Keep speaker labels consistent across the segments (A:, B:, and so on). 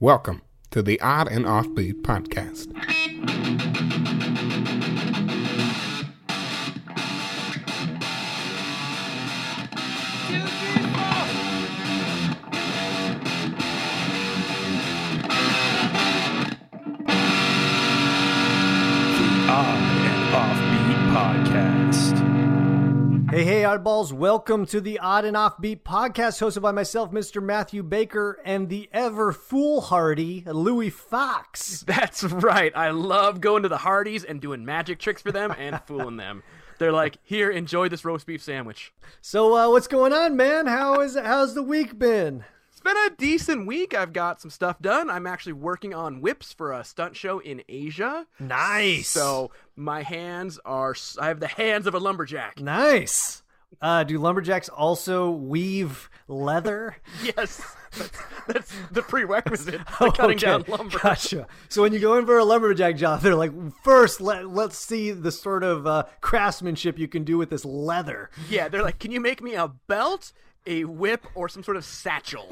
A: Welcome to the Odd and Offbeat podcast.
B: On and Offbeat Podcast.
C: Hey, hey, oddballs. Welcome to the Odd and Offbeat podcast hosted by myself, Mr. Matthew Baker, and the ever foolhardy Louis Fox.
D: That's right. I love going to the Hardys and doing magic tricks for them and fooling them. They're like, here, enjoy this roast beef sandwich.
C: So, uh, what's going on, man? How is how's the week been?
D: It's been a decent week. I've got some stuff done. I'm actually working on whips for a stunt show in Asia.
C: Nice.
D: So my hands are, I have the hands of a lumberjack.
C: nice. Uh, do lumberjacks also weave leather?
D: Yes. That's, that's the prerequisite to cutting down lumber.
C: Gotcha. So when you go in for a lumberjack job, they're like, first, let, let's see the sort of uh, craftsmanship you can do with this leather.
D: Yeah, they're like, can you make me a belt, a whip, or some sort of satchel?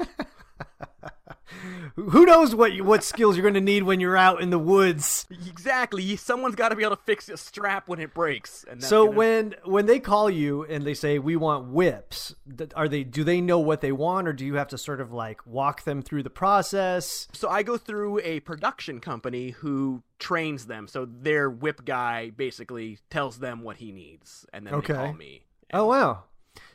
C: Who knows what you, what skills you're going to need when you're out in the woods?
D: exactly. Someone's got to be able to fix a strap when it breaks. And that's
C: So
D: gonna-
C: when when they call you and they say we want whips, th- are they do they know what they want or do you have to sort of like walk them through the process?
D: So I go through a production company who trains them. So their whip guy basically tells them what he needs, and then
C: Okay.
D: they call me.
C: Oh wow.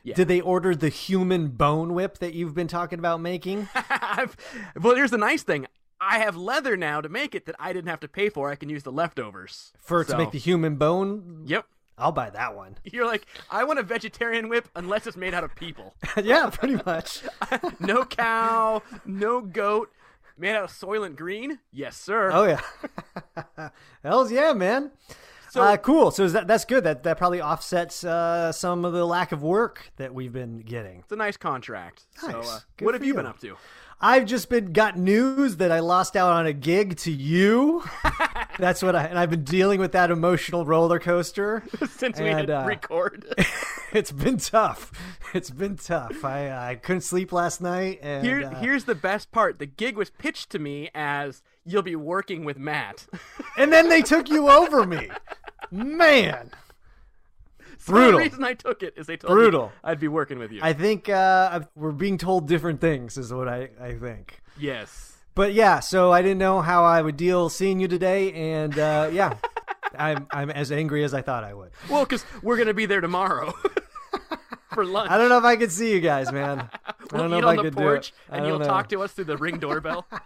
D: Yeah.
C: Did they order the human bone whip that you've been talking about making?
D: I've, well, here's the nice thing: I have leather now to make it that I didn't have to pay for. I can use the leftovers
C: For to
D: So-
C: make the human bone?
D: Yep.
C: I'll buy that one.
D: You're like, I want a vegetarian whip unless it's made out of people.
C: yeah, pretty much.
D: No cow, no goat, made out of soylent green. Yes, sir.
C: Oh yeah. Hells yeah, man.
D: So-
C: uh, cool. So is that that's good. That that probably offsets uh, some of the lack of work that we've been getting.
D: It's a nice contract. So,
C: Nice.
D: uh,
C: Good
D: what have
C: for
D: you
C: you.
D: been up to?
C: I've just been got news that I lost out on a gig to you. That's what I and I've been dealing with that emotional roller coaster.
D: Since we
C: And,
D: didn't
C: uh,
D: record.
C: It's been tough. It's been tough. I I couldn't sleep last night and
D: Here,
C: uh,
D: here's the best part. The gig was pitched to me as you'll be working with Matt.
C: and then they took you over me. Man.
D: So
C: Brutal.
D: The reason I took it is they told
C: Brutal.
D: me I'd be working with you.
C: I think uh, we're being told different things is what I, I think.
D: yes.
C: But yeah, so I didn't know how I would deal seeing you today and uh, yeah. I'm I'm as angry as I thought I would.
D: Well, because we're gonna be there tomorrow for lunch.
C: I don't know if I could see you guys, man. I don't
D: we'll
C: know
D: eat
C: if
D: on
C: I
D: the
C: could
D: porch,
C: do it. I
D: and
C: don't
D: you'll
C: know.
D: talk to us through the ring doorbell.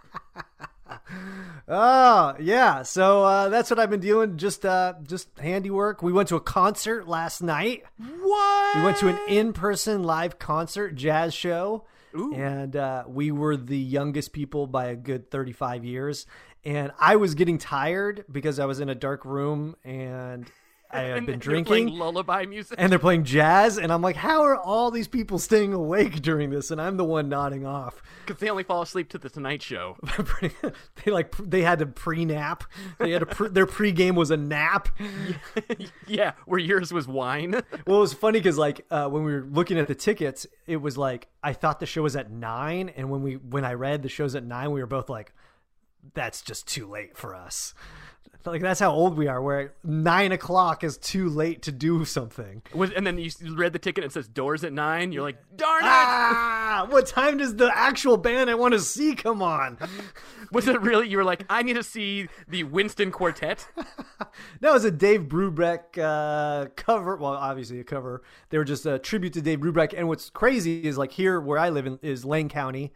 C: Oh yeah, so uh, that's what I've been doing. Just uh, just handiwork. We went to a concert last night.
D: what?
C: We went to an in-person live concert, jazz show,
D: Ooh.
C: and uh, we were the youngest people by a good thirty-five years. And I was getting tired because I was in a dark room and I had
D: And
C: been
D: they're playing
C: drinking.
D: lullaby music.
C: And they're playing jazz, and I'm like, how are all these people staying awake during this? And I'm the one nodding off.
D: Because they only fall asleep to the Tonight Show.
C: Pretty- they like they had to pre-nap. They had a pre, their pre-game was a nap.
D: yeah, where yours was wine.
C: Well, it was funny because like uh, when we were looking at the tickets, it was like I thought the show was at nine, and when we when I read the show's at nine, we were both like, "That's just too late for us." Like that's how old we are. Where nine o'clock is too late to do something.
D: Was, and then you s- read the ticket and it says doors at nine. You're like, darn it!
C: Ah, what time does the actual band I want to see come on?
D: Was it really? You were like, I need to see the Winston Quartet.
C: That was a Dave Brubeck uh, cover. Well, obviously a cover. They were just a tribute to Dave Brubeck. And what's crazy is like here where I live in is Lane County,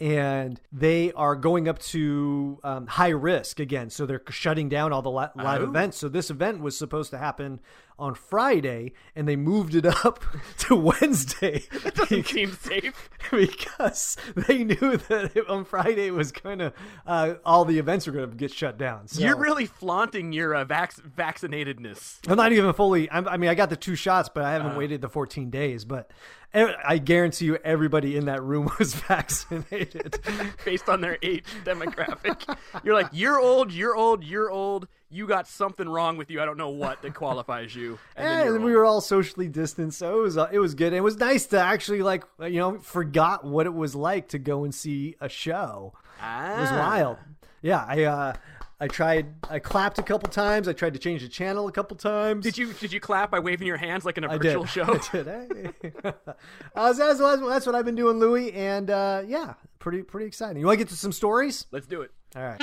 C: and they are going up to um, high risk again. So they're shutting down all the li- live
D: Oh.
C: events. So this event was supposed to happen on Friday, and they moved it up to Wednesday
D: Doesn't seem safe.
C: because they knew that it, on Friday it was going to uh, all the events were going to get shut down. So.
D: You're really flaunting your uh, vac- vaccinatedness.
C: I'm not even fully. I'm, I mean, I got the two shots, but I haven't waited the 14 days. But e- I guarantee you, everybody in that room was vaccinated.
D: Based on their age demographic, you're like you're old, you're old, you're old. You got something wrong with you. I don't know what that qualifies you. And then
C: and
D: you're
C: Eh, we
D: old.
C: were all socially distanced, so it was uh, it was good. It was nice to actually like you know forgot what it was like to go and see a show. It was
D: Ah.
C: wild. Yeah, I uh, I tried. I clapped a couple times. I tried to change the channel a couple times.
D: Did you did you clap by waving your hands like in a
C: I
D: virtual
C: did.
D: show?
C: I did. eh? Uh, so that's, what- that's what I've been doing, Louis, and uh, yeah, pretty pretty exciting. You want to get to some stories?
D: Let's do it.
C: All right.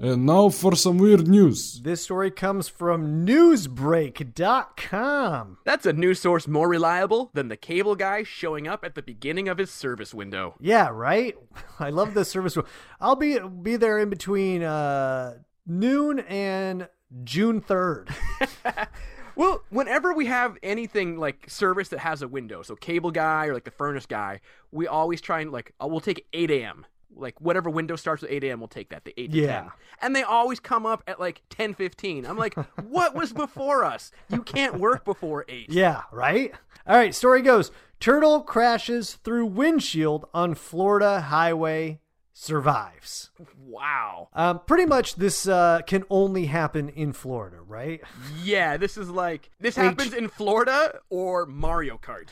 E: And Uh, now for some weird news.
C: This story comes from newsbreak.com.
D: That's a news source more reliable than the cable guy showing up at the beginning of his service window.
C: Yeah, right. I love this service. I'll be be there in between uh, noon and June third.
D: Well, whenever we have anything like service that has a window, so cable guy or like the furnace guy, we always try and like uh, we'll take 8 a.m. Like whatever window starts at 8 a.m. we'll take that the 8 to
C: Yeah.
D: 10. And they always come up at like 10:15. I'm like, what was before us? You can't work before 8.
C: yeah, right. All right. Story goes: Turtle crashes through windshield on Florida highway. Survives.
D: Wow.
C: Um, pretty much, this uh, can only happen in Florida, right?
D: Yeah, this is like this happens in Florida or Mario Kart.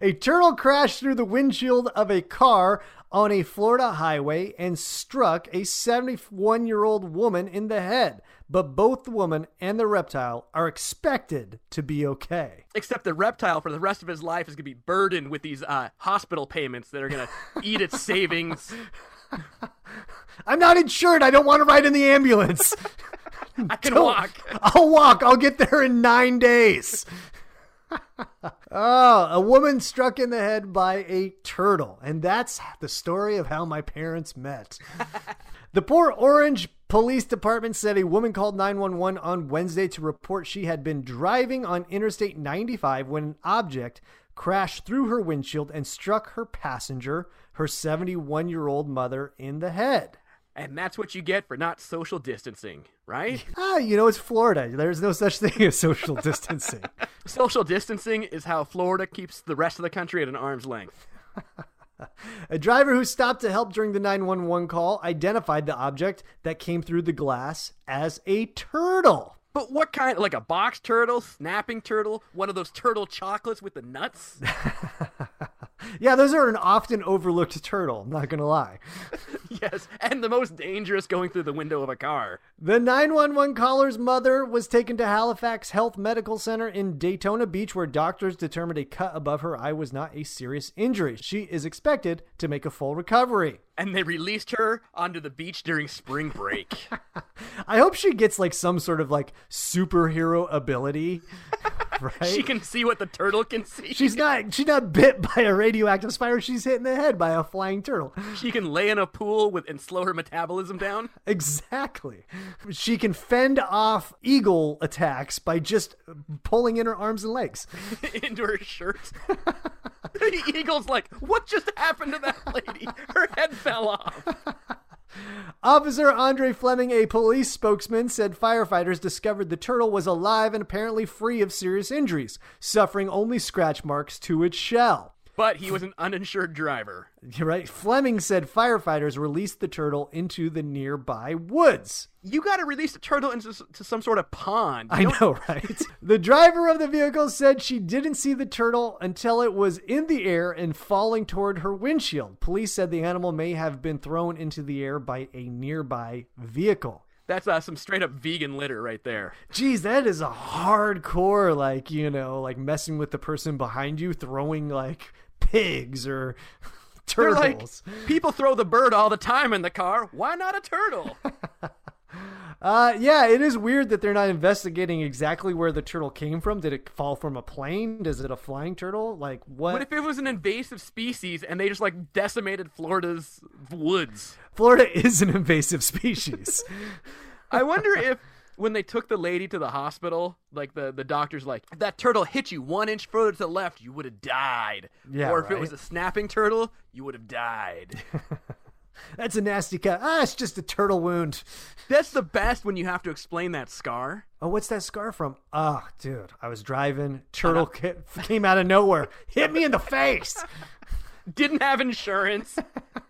C: A turtle crashed through the windshield of a car on a Florida highway and struck a 71 year old woman in the head. But both the woman and the reptile are expected to be okay.
D: Except the reptile for the rest of his life is going to be burdened with these uh, hospital payments that are going to eat its savings.
C: I'm not insured. I don't want to ride in the ambulance.
D: I can
C: Don't-
D: walk.
C: I'll walk. I'll get there in nine days. oh, a woman struck in the head by a turtle. And that's the story of how my parents met. the Port Orange Police Department said a woman called 911 on Wednesday to report she had been driving on Interstate 95 when an object crashed through her windshield and struck her passenger, her 71 year old mother, in the head.
D: And that's what you get for not social distancing, right?
C: Ah, you know, it's Florida. There's no such thing as social distancing.
D: social distancing is how Florida keeps the rest of the country at an arm's length.
C: A driver who stopped to help during the 911 call identified the object that came through the glass as a turtle.
D: But what kind? Like a box turtle, snapping turtle, one of those turtle chocolates with the nuts?
C: Yeah, those are an often overlooked turtle, I'm not going to lie.
D: yes. And the most dangerous going through the window of a car.
C: The 911 caller's mother was taken to Halifax Health Medical Center in Daytona Beach, where doctors determined a cut above her eye was not a serious injury. She is expected to make a full recovery.
D: And they released her onto the beach during spring break.
C: I hope she gets like some sort of like superhero ability. Right?
D: She can see what the turtle can see.
C: She's not. She's not bit by a radioactive spider. She's hit in the head by a flying turtle.
D: She can lay in a pool with and slow her metabolism down.
C: Exactly. She can fend off eagle attacks by just pulling in her arms and legs.
D: into her shirt. the eagle's like, what just happened to that lady? Her head fell off.
C: Officer Andre Fleming, a police spokesman, said firefighters discovered the turtle was alive and apparently free of serious injuries, suffering only scratch marks to its shell.
D: But he was an uninsured driver.
C: You're Right? Fleming said firefighters released the turtle into the nearby woods.
D: You got to release the turtle into s- to some sort of pond.
C: I know, right? the driver of the vehicle said she didn't see the turtle until it was in the air and falling toward her windshield. Police said the animal may have been thrown into the air by a nearby vehicle.
D: That's uh, some straight up vegan litter right there.
C: Geez, that is a hardcore, like, you know, like messing with the person behind you, throwing like pigs or
D: They're
C: turtles.
D: like, people throw the bird all the time in the car. Why not a turtle?
C: Uh, yeah, it is weird that they're not investigating exactly where the turtle came from. Did it fall from a plane? Is it a flying turtle? Like, what?
D: what if it was an invasive species and they just like decimated Florida's woods?
C: Florida is an invasive species.
D: I wonder if when they took the lady to the hospital, like the, the doctor's like, if that turtle hit you one inch further to the left, you would have died.
C: Yeah,
D: or if
C: right.
D: it was a snapping turtle, you would have died.
C: That's a nasty cut. Ah, it's just a turtle wound.
D: That's the best when you have to explain that scar.
C: Oh, what's that scar from? Oh, dude, I was driving. Turtle
D: Uh-huh.
C: ca- came out of nowhere, hit me in the face.
D: Didn't have insurance.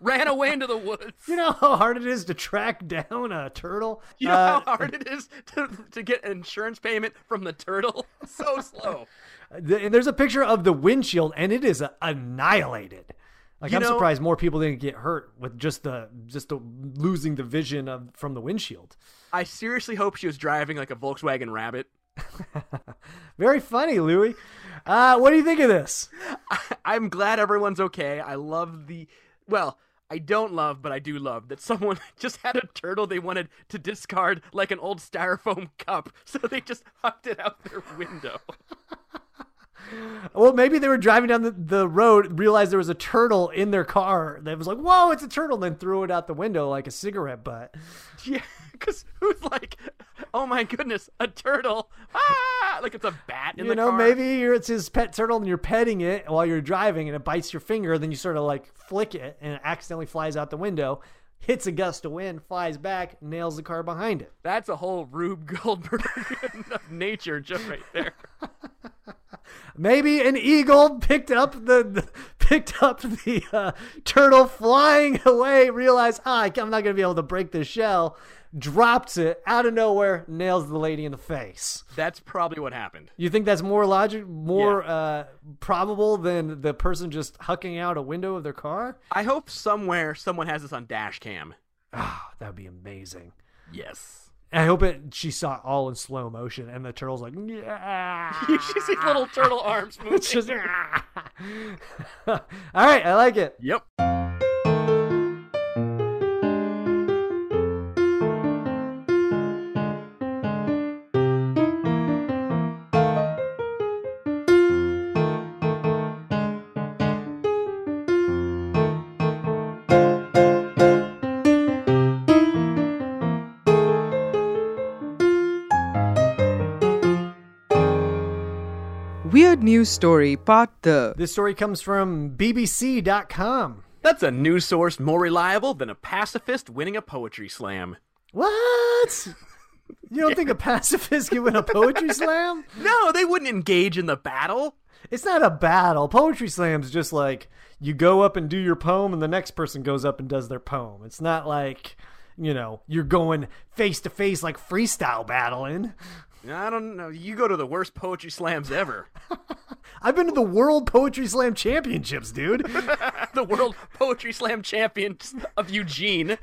D: ran away into the woods.
C: You know how hard it is to track down a turtle?
D: You know
C: Uh,
D: how hard it is to, to get an insurance payment from the turtle? So slow.
C: th- Uh, and there's a picture of the windshield, and it is annihilated. Like
D: You
C: I'm
D: know-
C: surprised more people didn't get hurt with just the just the losing the vision of from the windshield.
D: I seriously hope she was driving like a Volkswagen Rabbit.
C: Very funny, Louis. Uh, what do you think of this?
D: I'm glad everyone's okay. I love the. Well, I don't love, but I do love that someone just had a turtle they wanted to discard like an old styrofoam cup, so they just hucked it out their window.
C: Well, maybe they were driving down the, the road, realized there was a turtle in their car. That was like, "Whoa, it's a turtle!" and Then threw it out the window like a cigarette butt.
D: Yeah, because who's like, oh my goodness, a turtle? Ah, like it's a bat in
C: you
D: the
C: know,
D: car.
C: maybe you're, it's his pet turtle and you're petting it while you're driving, and it bites your finger. Then you sort of like flick it, and it accidentally flies out the window, hits a gust of wind, flies back, nails the car behind it.
D: that's a whole Rube Goldberg of nature just right there.
C: Maybe an eagle picked up the, the- picked up the uh, turtle flying away, realized, ah, I'm not gonna be able to break this shell, drops it out of nowhere, nails the lady in the face.
D: That's probably what happened.
C: You think that's more logic, more uh, probable than the person just hucking out a window of their car?
D: I hope somewhere someone has this on dash cam.
C: Ah, that would be amazing.
D: Yes.
C: And I hope it. She saw it all in slow motion, and the turtle's like, yeah.
D: You should see little turtle arms moving.
C: It's just, all right, I like it.
D: Yep.
F: Weird News Story Part 3
C: This story comes from BBC.com.
D: That's a news source more reliable than a pacifist winning a poetry slam.
C: What? You don't think a pacifist can win a poetry slam?
D: No, they wouldn't engage in the battle.
C: It's not a battle. Poetry slam's just like you go up and do your poem, and the next person goes up and does their poem. It's not like you know you're going face to face like freestyle battling.
D: I don't know. You go to the worst poetry slams ever.
C: I've been to the World Poetry Slam Championships, dude.
D: the World Poetry Slam Champions of Eugene.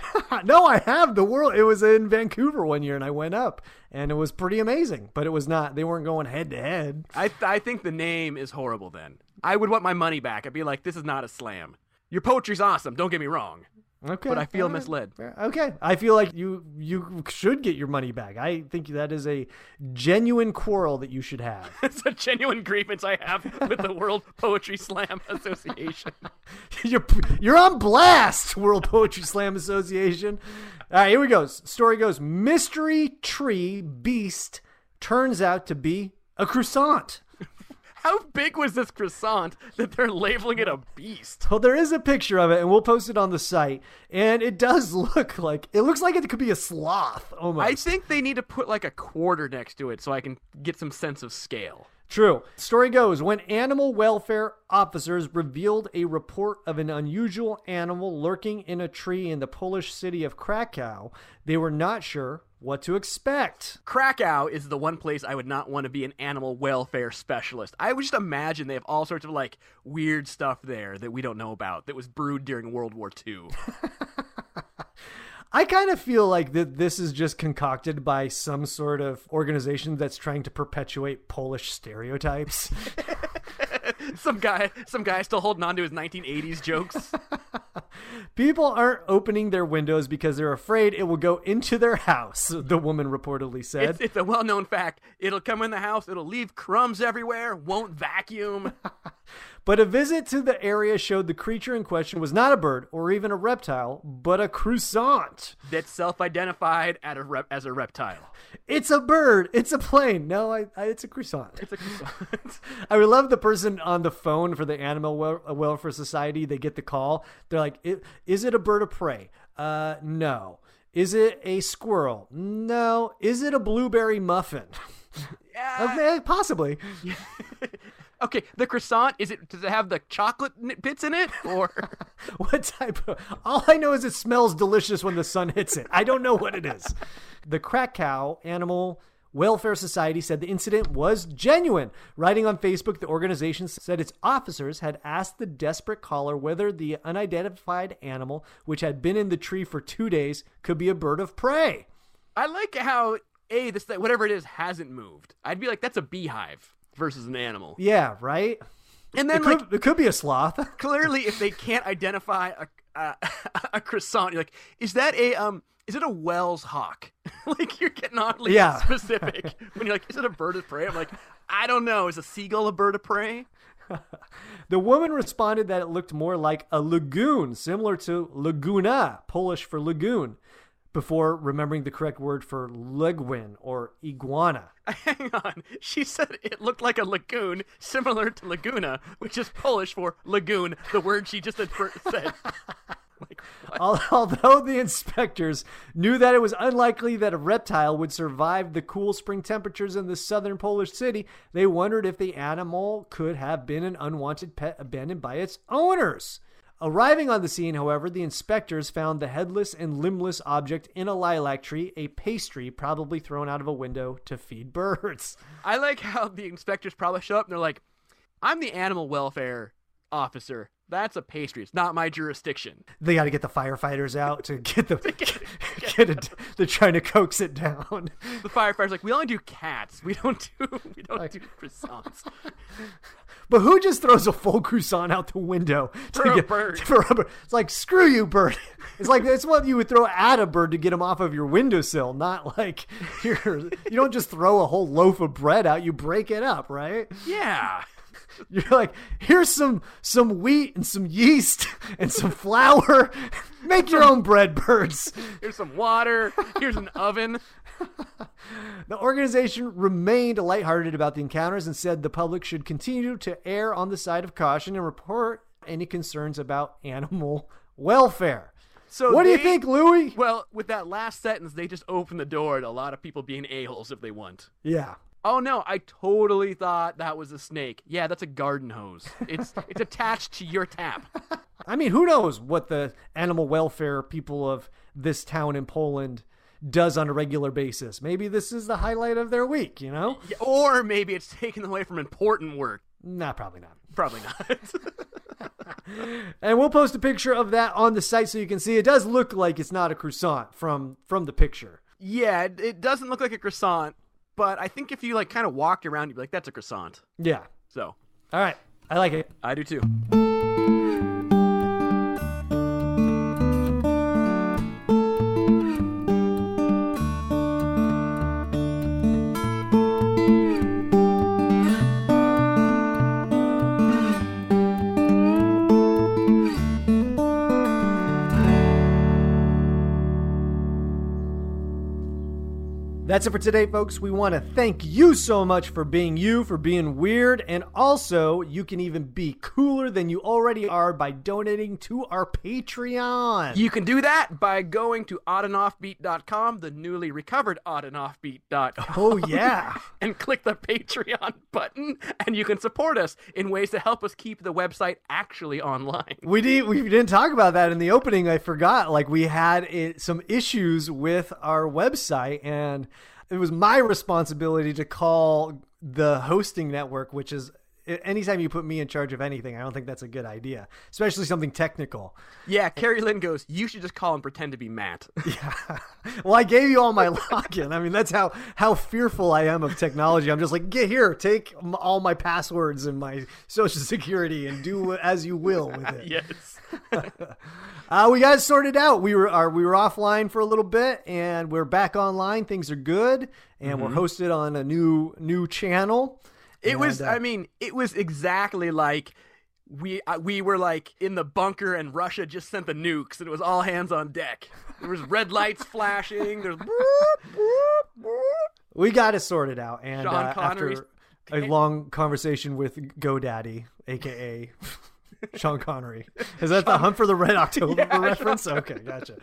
C: no, I have the world. It was in Vancouver one year, and I went up, and it was pretty amazing. But it was not; they weren't going head to head.
D: I, I think the name is horrible then. I would want my money back. I'd be like, this is not a slam. Your poetry's awesome, don't get me wrong.
C: Okay,
D: But I feel
C: all right.
D: misled.
C: Okay, I feel like you you should get your money back. I think that is a genuine quarrel that you should have.
D: It's a genuine grievance I have with the World Poetry Slam Association.
C: you're you're on blast, World Poetry Slam Association. All right, here we go. S- Story goes: mystery tree beast turns out to be a croissant.
D: How big was this croissant that they're labeling it a beast?
C: Well, there is a picture of it, and we'll post it on the site. And it does look like it looks like it could be a sloth almost.
D: I think they need to put like a quarter next to it so I can get some sense of scale.
C: True. Story goes when animal welfare officers revealed a report of an unusual animal lurking in a tree in the Polish city of Krakow, they were not sure what to expect.
D: Krakow is the one place I would not want to be an animal welfare specialist. I would just imagine they have all sorts of like weird stuff there that we don't know about that was brewed during World War II.
C: I kind of feel like that this is just concocted by some sort of organization that's trying to perpetuate Polish stereotypes.
D: some guy, some guy still holding on to his 1980s jokes.
C: People aren't opening their windows because they're afraid it will go into their house, the woman reportedly said.
D: It's, it's a well-known fact. It'll come in the house. It'll leave crumbs everywhere. Won't vacuum.
C: But a visit to the area showed the creature in question was not a bird or even a reptile, but a croissant.
D: That's self-identified at a rep- as a reptile.
C: It's a bird. It's a plane. No, I, I, it's a croissant.
D: It's a croissant.
C: I would love the person on the phone for the Animal Wel- Welfare Society. They get the call. They're like, "I- "Is it a bird of prey? Uh, no. Is it a squirrel? No. Is it a blueberry muffin? okay, possibly.
D: Okay, the croissant is it? Does it have the chocolate n- bits in it, or
C: What type of. All I know is it smells delicious when the sun hits it. I don't know what it is. The Krakow Animal Welfare Society said the incident was genuine. Writing on Facebook, the organization said its officers had asked the desperate caller whether the unidentified animal, which had been in the tree for two days, could be a bird of prey.
D: I like how a this that whatever it is hasn't moved. I'd be like, that's a beehive versus an animal.
C: Yeah, right?
D: And
C: It
D: then like
C: could, it could be a sloth.
D: clearly, if they can't identify a a, a croissant, you're like, is that a um? Is it a Wells hawk? like you're getting oddly
C: Yeah.
D: specific when you're like, is it a bird of prey? I'm like, I don't know. Is a seagull a bird of prey?
C: The woman responded that it looked more like a lagoon, similar to laguna, Polish for lagoon, before remembering the correct word for leguin or iguana.
D: Hang on. She said it looked like a lagoon, similar to Laguna, which is Polish for lagoon, the word she just had fir- said. like, what?
C: Al- Although the inspectors knew that it was unlikely that a reptile would survive the cool spring temperatures in the southern Polish city, they wondered if the animal could have been an unwanted pet abandoned by its owners. Arriving on the scene, however, the inspectors found the headless and limbless object in a lilac tree, a pastry probably thrown out of a window to feed birds.
D: I like how the inspectors probably show up and they're like, I'm the animal welfare officer. That's a pastry. It's not my jurisdiction.
C: They got to get the firefighters out to get the get it. They're trying to coax it down.
D: The firefighter's like, we only do cats. We don't do we don't do croissants.
C: But who just throws a full croissant out the window to
D: For a bird.
C: for a bird? It's like screw you, bird. It's like it's what you would throw at a bird to get him off of your windowsill. Not like here, you don't just throw a whole loaf of bread out. You break it up, right?
D: Yeah.
C: You're like, here's some some wheat and some yeast and some flour. Make your own bread, birds.
D: Here's some water. Here's an oven.
C: The organization remained lighthearted about the encounters and said the public should continue to err on the side of caution and report any concerns about animal welfare.
D: So
C: what do you
D: they-
C: think, Louie?
D: Well, with that last sentence, they just open the door to a lot of people being a-holes if they want.
C: yeah.
D: Oh no, I totally thought that was a snake. Yeah, that's a garden hose. It's it's attached to your tap.
C: I mean, who knows what the animal welfare people of this town in Poland does on a regular basis. Maybe this is the highlight of their week, you know?
D: Yeah, or maybe it's taken away from important work.
C: Nah, probably not.
D: Probably not.
C: And we'll post a picture of that on the site so you can see it does look like it's not a croissant from from the picture.
D: yeah, it, it doesn't look like a croissant, but I think if you like kind of walked around, you'd be like, "That's a croissant."
C: Yeah.
D: So
C: All right. I like it.
D: I do too.
C: That's it for today, folks. We want to thank you so much for being you, for being weird, and also you can even be cooler than you already are by donating to our Patreon.
D: You can do that by going to oddandoffbeat.com, the newly recovered oddandoffbeat.com.
C: Oh, yeah.
D: and click the Patreon button, and you can support us in ways to help us keep the website actually online.
C: We did. We didn't talk about that in the opening. I forgot. Like we had it, some issues with our website, and it was my responsibility to call the hosting network, which is anytime you put me in charge of anything, I don't think that's a good idea, especially something technical.
D: Yeah, Carrie Lynn goes, you should just call and pretend to be Matt.
C: well, I gave you all my login. I mean, that's how how fearful I am of technology. I'm just like, get here, take m- all my passwords and my social security, and do as you will with it.
D: yes.
C: Uh, we got it sorted out. We were are, we were offline for a little bit, and we're back online. Things are good, and we're hosted on a new new channel.
D: It was,
C: And, uh,
D: I mean, it was exactly like we uh, we were like in the bunker and Russia just sent the nukes and it was all hands on deck. There was red lights flashing. There's
C: We got it sorted out, and
D: Sean
C: uh,
D: Connery's-
C: after a long conversation with GoDaddy, aka Sean Connery. Is that the Hunt for the Red October reference? Okay, gotcha.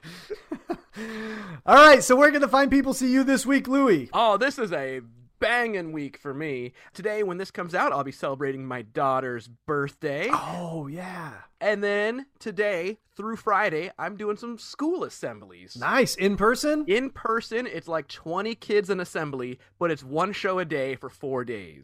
C: All right, so where can the fine people see you this week, Louie?
D: Oh, this is a banging week for me. Today, when this comes out, I'll be celebrating my daughter's birthday.
C: Oh yeah,
D: And then today through Friday, I'm doing some school assemblies.
C: nice in person.
D: In person, it's like 20 kids an assembly, but it's one show a day for four days.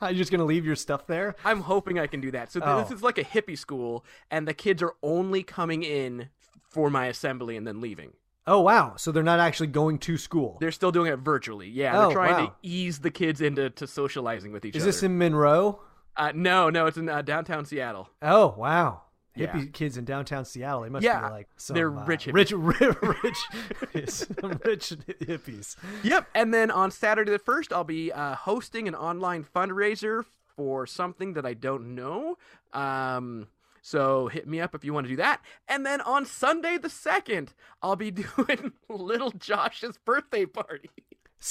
C: Are you just gonna leave your stuff there?
D: I'm hoping I can do that. So th-
C: Oh.
D: this is like a hippie school, and the kids are only coming in for my assembly and then leaving.
C: Oh wow, so they're not actually going to school.
D: They're still doing it virtually. Yeah,
C: Oh,
D: they're trying
C: wow.
D: to ease the kids into to socializing with each
C: Is
D: other.
C: this in Monroe?
D: uh, no, no, it's in uh, downtown Seattle.
C: Oh wow. Hippie
D: Yeah.
C: kids in downtown Seattle. They must
D: Yeah,
C: be like some,
D: they're
C: uh,
D: rich
C: rich, rich, rich, some rich hippies.
D: Yep. And then on Saturday the 1st, I'll be uh, hosting an online fundraiser for something that I don't know. Um, so hit me up if you want to do that. And then on Sunday the 2nd, I'll be doing little Josh's birthday party.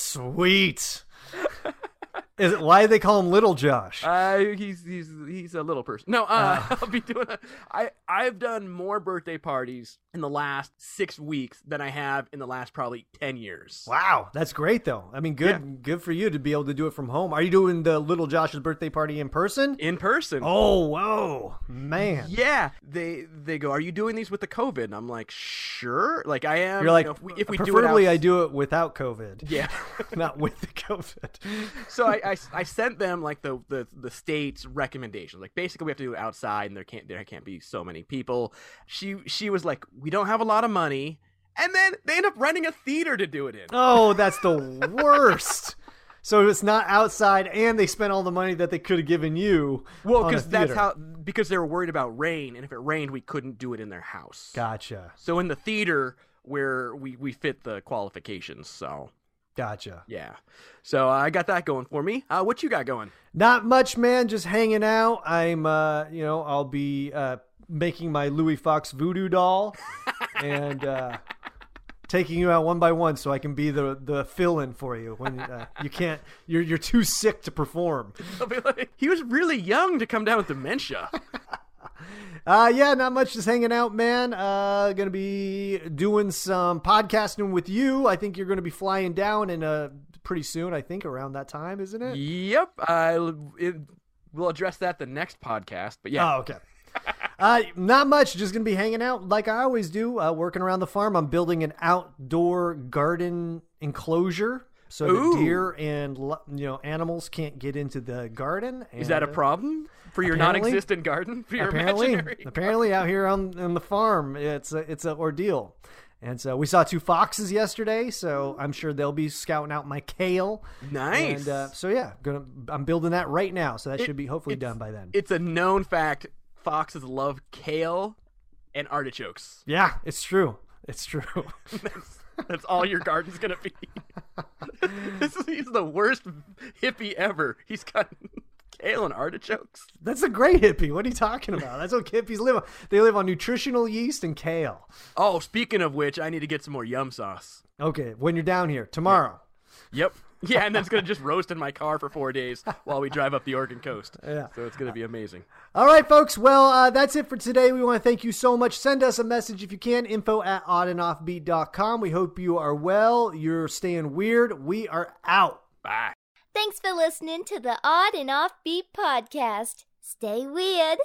C: Sweet. Is it why do they call him Little Josh?
D: Uh, he's he's he's a little person. No, uh, I'll be doing. A, I I've done more birthday parties in the last six weeks than I have in the last probably ten years.
C: Wow, that's great though. I mean, good, good for you to be able to do it from home. Are you doing the little Josh's birthday party in person?
D: In person.
C: Oh, whoa, man.
D: Yeah, they they go. Are you doing these with the COVID? And I'm like, sure. Like I am.
C: You're like,
D: you know, if we, if we
C: preferably
D: do it,
C: I
D: out-
C: do it without COVID.
D: Yeah.
C: not with the COVID.
D: so I, I, I sent them like the, the the state's recommendations. Like basically we have to do it outside, and there can't there can't be so many people. She she was like, we don't have a lot of money, and then they end up renting a theater to do it in.
C: Oh, that's the worst. So it's not outside, and they spent all the money that they could have given you.
D: Well,
C: on a
D: because that's
C: theater.
D: how because they were worried about rain, and if it rained, we couldn't do it in their house.
C: Gotcha,
D: So in the theater where we we fit the qualifications. So
C: gotcha.
D: yeah, so uh, I got that going for me. Uh, what you got going?
C: Not much, man. Just hanging out. I'm, uh, you know, I'll be uh, making my Louis Fox voodoo doll and uh, taking you out one by one so I can be the the fill in for you when uh, you can't. You're you're too sick to perform.
D: I'll be like, he was really young to come down with dementia.
C: Uh, yeah, not much. Just hanging out, man. Uh, gonna be doing some podcasting with you. I think you're gonna be flying down in uh pretty soon. I think around that time, isn't it?
D: yep. I it, we'll address that the next podcast. But yeah,
C: Oh, okay. uh, not much. Just gonna be hanging out like I always do. Uh, working around the farm. I'm building an outdoor garden enclosure so
D: Ooh.
C: that deer and lo- you know animals can't get into the garden.
D: is that a
C: and, uh,
D: problem for your
C: apparently-
D: non-existent garden? For your
C: apparently,
D: imaginary?
C: apparently out here on, on the farm, it's a, it's an ordeal. And so we saw two foxes yesterday, so I'm sure they'll be scouting out my kale.
D: Nice.
C: And uh, so yeah, gonna I'm building that right now, so that should be hopefully
D: it's-
C: done by then.
D: it's a known fact. Foxes love kale and artichokes.
C: yeah, it's true. It's true.
D: That's, that's all your garden's gonna be. this is, he's the worst hippie ever. He's got kale and artichokes.
C: That's a great hippie. What are you talking about? That's what hippies live on. They live on nutritional yeast and kale.
D: Oh, speaking of which, I need to get some more yum sauce.
C: Okay, when you're down here tomorrow.
D: Yep. Yeah, and then it's gonna just roast in my car for four days while we drive up the Oregon coast.
C: Yeah.
D: So it's gonna be amazing.
C: All right, folks. Well, uh, that's it for today. We want to thank you so much. Send us a message if you can. Info at oddandoffbeat.com. We hope you are well. You're staying weird. We are out.
D: Bye.
G: Thanks for listening to the Odd and Offbeat Podcast. Stay weird.